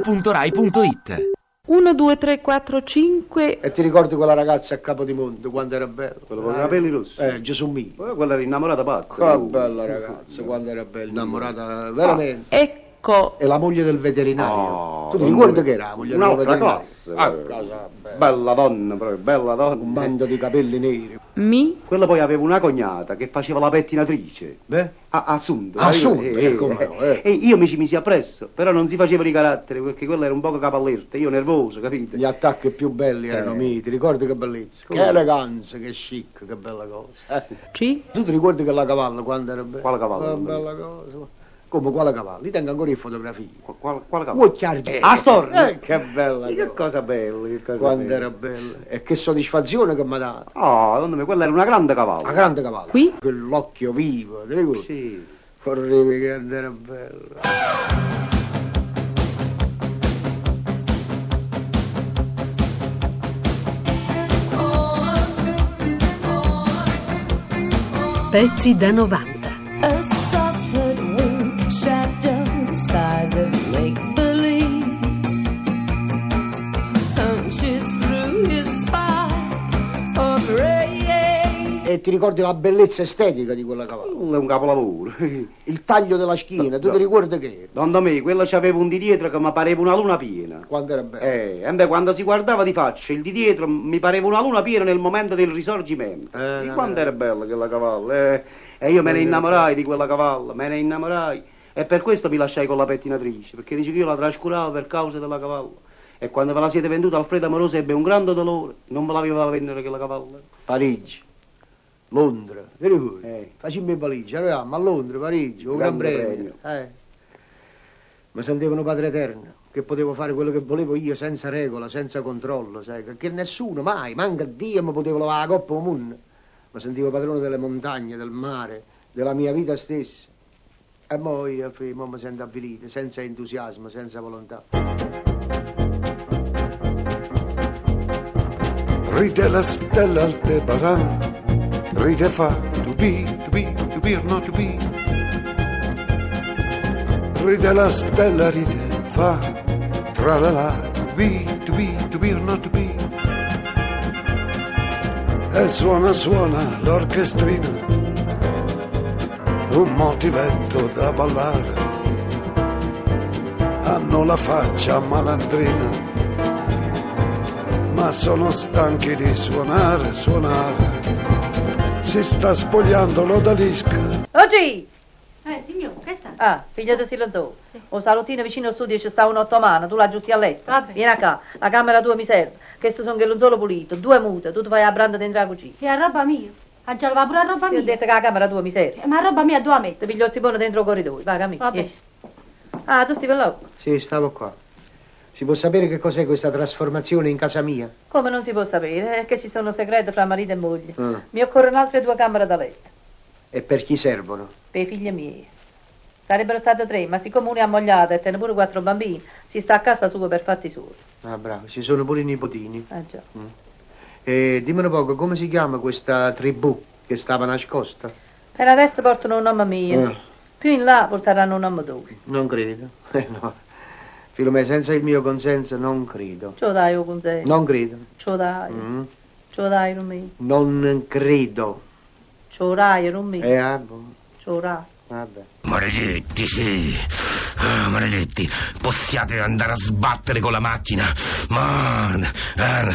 radio2pod.rai.it 1, 2, 3, 4, 5. E ti ricordi quella ragazza a Capodimonte quando era bella? Quello con i capelli rossi. Eh, Gesù mio. Poi quella era innamorata pazza. Che lui. bella ragazza, quando era bella, innamorata veramente. Ecco, E la moglie del veterinario. No, tu ti non ricordi voglio- che era la moglie del Un'altra veterinario? classe. Ah, proprio. cosa bella. bella donna, proprio, bella donna. Un mando di capelli neri. mi, Quella poi aveva una cognata che faceva la pettinatrice. Beh? A- Assunto. Assunto, eh, come no, eh. E io mi ci misi appresso, però non si facevano i caratteri, perché quella era un poco capallerte, io nervoso, capite? Gli attacchi più belli erano Eh. miei, ti ricordi che bellezza? Come? Che eleganza, che chic, che bella cosa. Eh, ci, Tu ti ricordi che la cavalla quando era bella? Quale cavallo? Che bella cosa. Come quale cavallo? Li tengo ancora in fotografia. Qua- Quale, quale cavallo? Vuoi chiarire? A Ah, storno! Eh, che bella Che cosa. cosa bella, che cosa Quando bella. era bella. E che soddisfazione che mi ha dato. Ah, secondo me quella era una grande cavalla. La grande cavalla. Qui? Quell'occhio vivo, ti ricordi? Sì. Correvi che era bello. Pezzi da 90. A suffered wink, shadow, size of make believe. Punches through his spine of ray. E ti ricordi la bellezza estetica di quella cavalla? Quello è un capolavoro. Il taglio della schiena, tu ti ricordi che? era? Secondo me, quella c'aveva un di dietro che mi pareva una luna piena. Quando era bello. Eh, e beh, quando si guardava di faccia, il di dietro mi pareva una luna piena nel momento del risorgimento. Eh, e no, quanto eh. era bella quella cavalla, eh. E io me ne innamorai di quella cavalla, me ne innamorai. E per questo mi lasciai con la pettinatrice, perché dice che io la trascuravo per causa della cavalla. E quando ve la siete venduta, Alfredo Amoroso ebbe un grande dolore. Non me la voleva vendere quella cavalla. Parigi, Londra, ti ricordi? Eh. Facimmo i valigie, arrivavamo a Londra, Parigi, un gran Grande premio. Eh. Mi sentevano padre eterno, che potevo fare quello che volevo io senza regola, senza controllo, sai, che- che nessuno mai, manca Dio, mi poteva lavare la coppa comune. Mi sentivo padrone delle montagne, del mare, della mia vita stessa. E mo io, fi, mo mi sento avvilito, senza entusiasmo, senza volontà. Ride la stella al tebaran, ride fa to be, to be, to be or not to be. Ride la stella, ride fa tra la la, to be, to be, to be or not to be. E suona, suona l'orchestrina, un motivetto da ballare. Hanno la faccia malandrina ma sono stanchi di suonare, suonare. Si sta spogliando l'odalisca. Oggi! Eh, signor, che sta? Ah, figlia di Silazzo. Un salottino vicino al studio ci sta un ottomano, tu l'aggiusti a letto. Vabbè. Vieni qua, la camera tua mi serve. Che sto sono che l'onzolo pulito, due mute, tu ti fai a branda dentro la cucina. Che è roba mia. Ha già lavato pure la roba Io ho mia. detto che la camera tua mi serve. Eh, Ma roba mia dove la Ti metto? piglio il sibone dentro il corridoio, vai cammina. Vabbè. vieni. Ah, tu stai per là? Sì, stavo qua. Si può sapere che cos'è questa trasformazione in casa mia? Come non si può sapere, è che ci sono segreti fra marito e moglie. Mm. Mi occorrono altre due camere da letto, E per chi servono? per i figli miei. Sarebbero state tre, ma siccome una è ammogliata e tiene pure quattro bambini, si sta a casa sua per fatti suoi. Ah, bravo, ci sono pure i nipotini. Ah già. E dimmi un poco, come si chiama questa tribù che stava nascosta? Per adesso portano un nome mio. Eh. Più in là porteranno un nome tuo. Non credo. Eh, no. Filomena, senza il mio consenso non credo. Ciò dai, oh, o consiglio. Non credo. Ciò dai. Mm? Ciò dai, Rumi. Non credo. Ciò dai, Rumi. Eh, ah, boh, Ciò dai. vabbè. Maledetti, sì. Ah, maledetti, possiate andare a sbattere con la macchina. Ma. ah,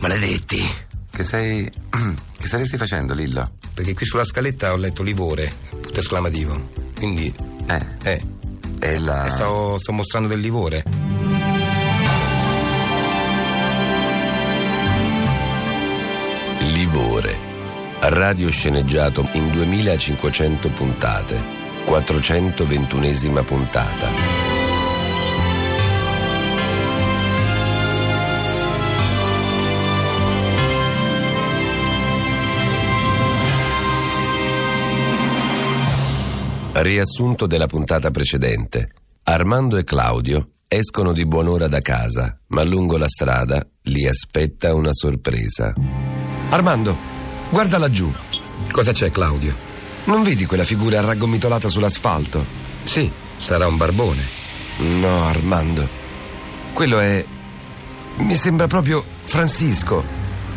maledetti. Che sei. che saresti facendo, Lillo? Perché qui sulla scaletta ho letto livore, punto esclamativo. Quindi. Eh, Eh. è la. e Sto, sto mostrando del livore. Livore. Radiosceneggiato in 2500 puntate. 421esima puntata. Riassunto della puntata precedente. Armando e Claudio escono di buon'ora da casa, ma lungo la strada li aspetta una sorpresa. Armando, guarda laggiù. Cosa c'è, Claudio? Non vedi quella figura raggomitolata sull'asfalto? Sì, sarà un barbone. No, Armando. Quello è. Mi sembra proprio Francisco.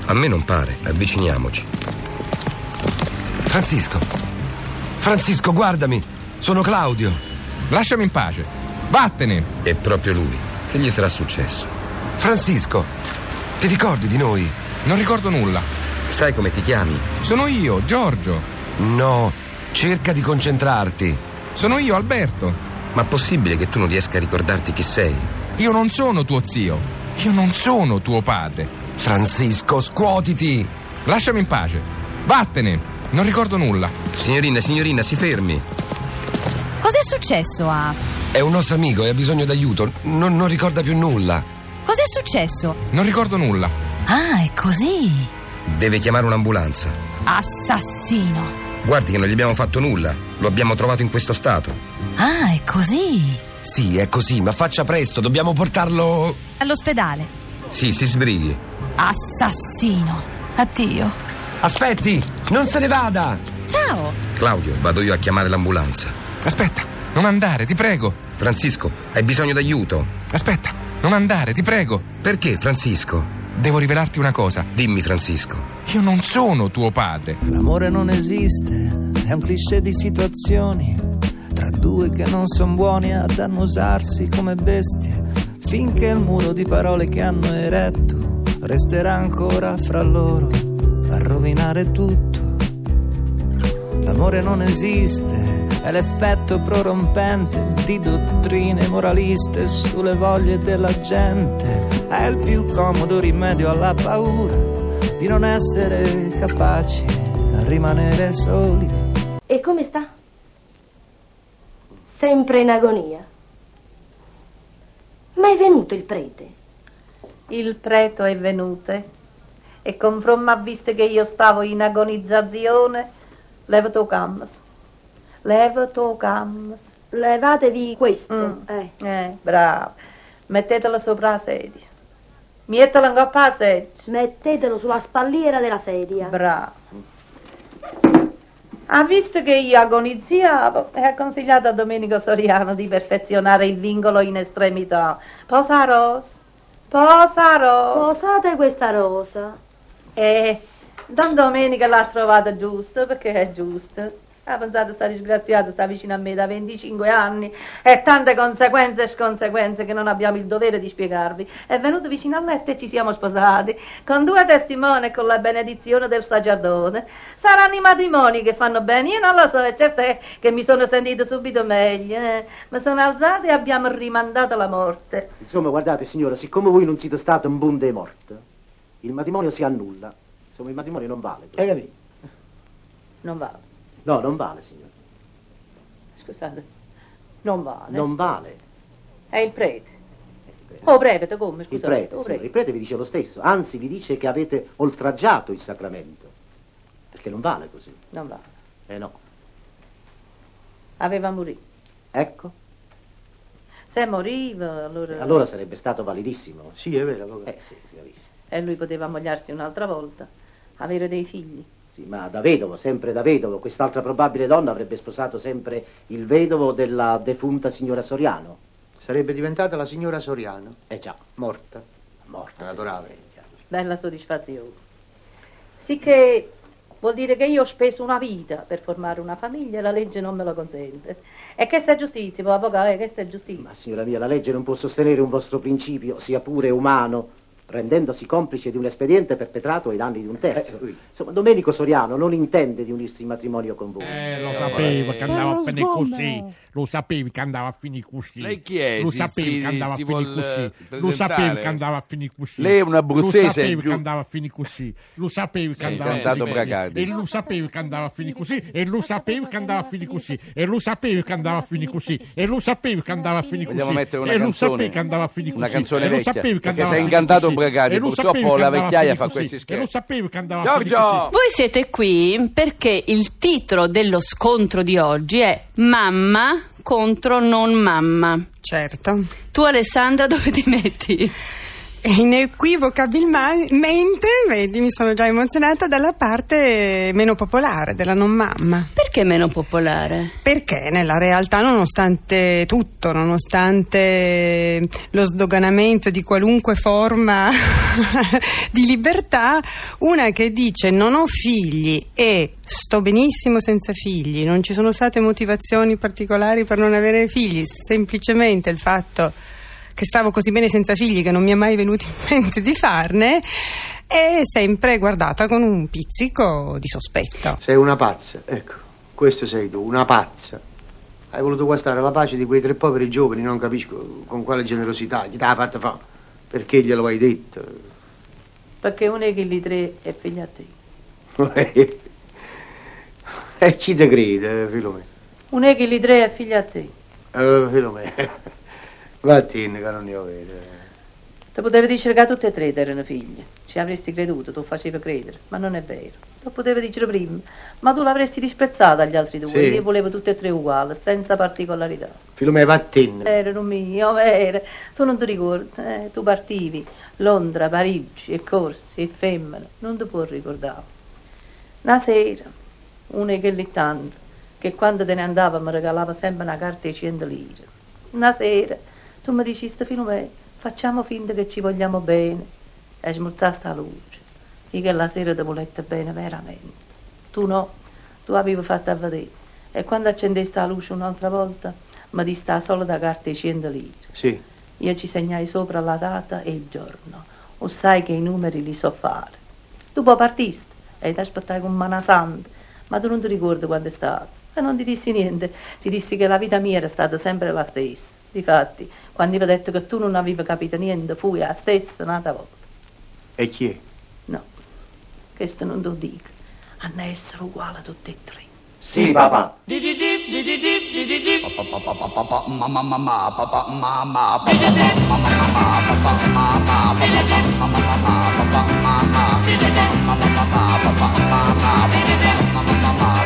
A me non pare, avviciniamoci. Francisco. Francisco, guardami. Sono Claudio. Lasciami in pace. Vattene. È proprio lui. Che gli sarà successo? Francisco, ti ricordi di noi? Non ricordo nulla. Sai come ti chiami? Sono io, Giorgio. No, cerca di concentrarti. Sono io, Alberto. Ma possibile che tu non riesca a ricordarti chi sei? Io non sono tuo zio. Io non sono tuo padre. Francisco, scuotiti. Lasciami in pace. Vattene. Non ricordo nulla. Signorina, signorina, si fermi. Cos'è successo a... È un nostro amico e ha bisogno d'aiuto. Non, non ricorda più nulla. Cos'è successo? Non ricordo nulla. Ah, è così. Deve chiamare un'ambulanza. Assassino. Guardi che non gli abbiamo fatto nulla. Lo abbiamo trovato in questo stato. Ah, è così. Sì, è così, ma faccia presto, dobbiamo portarlo. All'ospedale. Sì, si sbrighi. Assassino. Addio. Aspetti, non se ne vada! Ciao. Claudio, vado io a chiamare l'ambulanza. Aspetta, non andare, ti prego. Francisco, hai bisogno d'aiuto. Aspetta, non andare, ti prego. Perché, Francisco? Devo rivelarti una cosa. Dimmi, Francisco. Io non sono tuo padre. L'amore non esiste, è un cliché di situazioni. Tra due che non son buoni ad annusarsi come bestie. Finché il muro di parole che hanno eretto resterà ancora fra loro a rovinare tutto. L'amore non esiste, è l'effetto prorompente di dottrine moraliste sulle voglie della gente. È il più comodo rimedio alla paura di non essere capaci a rimanere soli. E come sta? Sempre in agonia. Ma è venuto il prete. Il preto è venute e con fromma viste che io stavo in agonizzazione, levo tuo cammas. Levo tuo cammas. Levatevi questo. Mm. Eh. Eh, bravo. Mettetelo sopra la sedia. Miettelo in coppa alla sedia. Mettetelo sulla spalliera della sedia. Bravo. Ha visto che io agonizzavo e ha consigliato a Domenico Soriano di perfezionare il vincolo in estremità. Posa rosa, posa rosa. Posate questa rosa. E Eh, Don Domenico l'ha trovata giusta perché è giusta. Ha pensato sta disgraziata sta vicino a me da 25 anni e tante conseguenze e sconseguenze che non abbiamo il dovere di spiegarvi. È venuto vicino a letto e ci siamo sposati, con due testimoni e con la benedizione del sacerdote. Saranno i matrimoni che fanno bene, io non lo so, è certo è che mi sono sentita subito meglio. eh. Mi sono alzata e abbiamo rimandato la morte. Insomma, guardate, signora, siccome voi non siete stato un bunde morto, il matrimonio si annulla. Insomma, il matrimonio non vale. Hai capito? Non vale, No, non vale, signora. scusate, non vale. Non vale. È il prete. Oh, prete, come? Il Scusate, prete, oh, signora, il prete vi dice lo stesso. Anzi, vi dice che avete oltraggiato il sacramento. Perché non vale così. Non vale. Eh no. Aveva morito. Ecco. Se moriva, allora... Allora sarebbe stato validissimo. Eh. Sì, è vero. Eh sì, si capisce. E lui poteva ammogliarsi un'altra volta, avere dei figli. Sì, ma da vedovo, sempre da vedovo. Quest'altra probabile donna avrebbe sposato sempre il vedovo della defunta signora Soriano. Sarebbe diventata la signora Soriano. Eh già, Morta. morta. Naturale. Bella soddisfazione. Sicché vuol dire che io ho speso una vita per formare una famiglia e la legge non me lo consente. E che sia giustizia, può avvocato, eh, che sia giustizia. Ma Ah, signora mia, la legge non può sostenere un vostro principio, sia pure umano, rendendosi complice di un espediente perpetrato ai danni di un terzo. Eh, Insomma, Domenico Soriano non intende di unirsi in matrimonio con voi. Eh, lo sapevo che andava a finire così. Lo sapevi che andava a finire così. Lei chi è? Lo Si- sapevi si- che andava si a finire vuol, eh, così. Lo presentare? sapevi che andava a finire così. Lei è un abruzzese, Lo sapevi giù- che andava a finire così. Lo sapevi che Sì, andava a cantato finire Bragati. così. E lo sapevi che andava a finire così. E lo sapevi che andava a finire così. E lo sapevi che andava a finire così. E lo sapevi che andava a finire così. Vogliamo mettere una E lo canzone? sapevi che andava a finire così. Una canzone E lo vecchia, sapevi che perché andava a sei finire incantato così. Bragati, E lo purtroppo sapevi che la andava a vecchiaia finire fa così. questi scherzi. E lo sapevi che andava a finire così. Giorgio! Voi siete qui perché il titolo dello scontro di oggi è Mamma contro non mamma. Certo. Tu Alessandra dove ti metti? E Inequivocabilmente, vedi, mi sono già emozionata dalla parte meno popolare della non mamma. Perché Perché meno popolare? Perché nella realtà, nonostante tutto, nonostante lo sdoganamento di qualunque forma di libertà, una che dice non ho figli e sto benissimo senza figli, non ci sono state motivazioni particolari per non avere figli, semplicemente il fatto che stavo così bene senza figli che non mi è mai venuto in mente di farne, è sempre guardata con un pizzico di sospetto. Sei una pazza, ecco, questo sei tu, una pazza. Hai voluto guastare la pace di quei tre poveri giovani, non capisco con quale generosità gli t'ha fatta fa. Perché glielo hai detto? Perché uno di quelli tre è figlia te. E chi te crede, Filomena? Uno di quelli tre è figlia te. Eh, Filomena, vattene che non ne ho vede. Te potevi dire che tutte e tre erano figlie. Ci avresti creduto, tu facevi credere, ma non è vero. Lo potevi dire prima, ma tu l'avresti disprezzata agli altri due. Sì. Mm. Io volevo tutte e tre uguali, senza particolarità. Filomena, vattene. Erano mio, vero. Tu non ti ricordi, eh, tu partivi, Londra, Parigi, e corsi, e femmina, non ti puoi ricordare. Una sera, una che lì tanto, che quando te ne andava mi regalava sempre una carta di 100 lire. Una sera, tu mi dicesti, Filomena, facciamo finta che ci vogliamo bene, e smurzasti la luce. Io che la sera ti volette bene, veramente. Tu no, tu avevi fatto a vedere. E quando accendesti la luce un'altra volta, mi dista la solita carta di 100 lire. Sì. Io ci segnai sopra la data e il giorno. O sai che i numeri li so fare. Tu poi partisti e ti aspettai con mano santa, ma tu non ti ricordi quando è stato. E non ti dissi niente, ti dissi che la vita mia era stata sempre la stessa. Difatti, quando io ho detto che tu non avevi capito niente, fui la stessa un'altra volta. E chi è? Questo non te lo dico. Hanno a essere uguali tutti e tre. Sì, papà.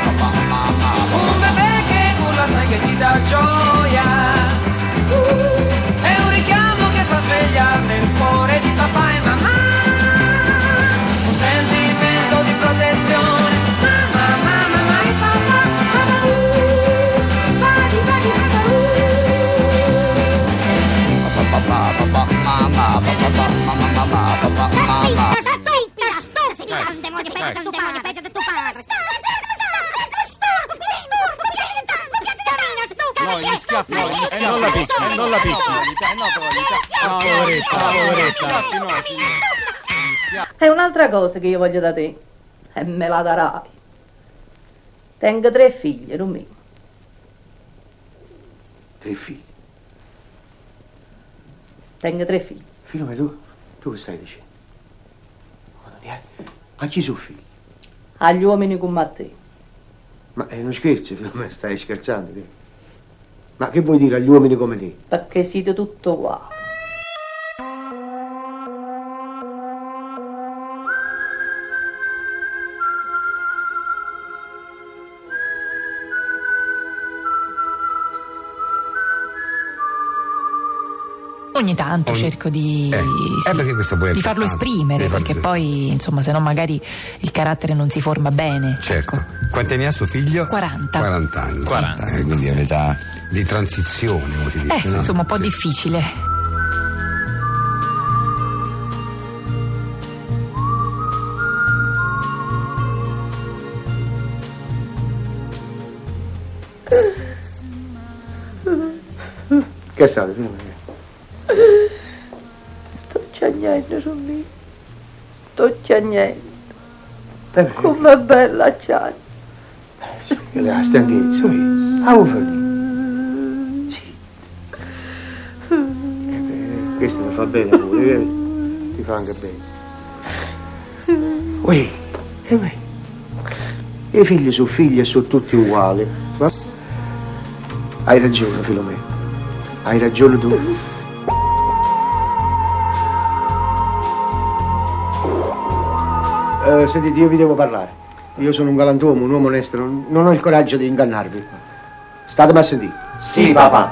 Un bebè che urla sai che ti dà gioia È un richiamo che fa svegliare il cuore di papà e mamma Un sentimento di protezione Mamma, mamma, mamma e papà Papà, uh, fadi, fadi, papà, No, gli schiaffi, no, gli schiaffi. non la picchi, non la picchi. No, poveretta, poveretta. È un'altra cosa che io voglio da te. E me la darai. Tengo tre figlie, Rumi. Tre figli. Tengo tre figlie. Filomena, tu, tu che stai dicendo? Madonna, eh, a chi sono figli? Agli uomini come a te. Ma è uno scherzo, Filomena, stai scherzando? te? Ma che vuoi dire agli uomini come te? Perché siete tutto uguali. Ogni tanto cerco di, sì, eh, perché questo poi è di farlo importante. Eh, esprimere, Devi farlo perché poi, insomma, se no magari il carattere non si forma bene. Certo. Quanti anni ha suo figlio? 40. 40 anni. 40. Eh, quindi è un'età di transizione, come si dice, Eh, no? insomma, un po' difficile. Che è stato, Filomena? Sto ciagnendo, Rumi. Sto ciagnendo. Dai, Com'è bella ciagna. Io la stanchezza, ui. Ah, ufali. Sì. Eh, Questo mi fa bene pure, eh. Ti fa anche bene. Ui, e ui. I figli sono figli e sono tutti uguali. va? Hai ragione, Filomena. Hai ragione tu. Eh, sentite, io vi devo parlare. Io sono un galantuomo, un uomo onesto, non, non ho il coraggio di ingannarvi. Statemi a sentire. Sì, papà.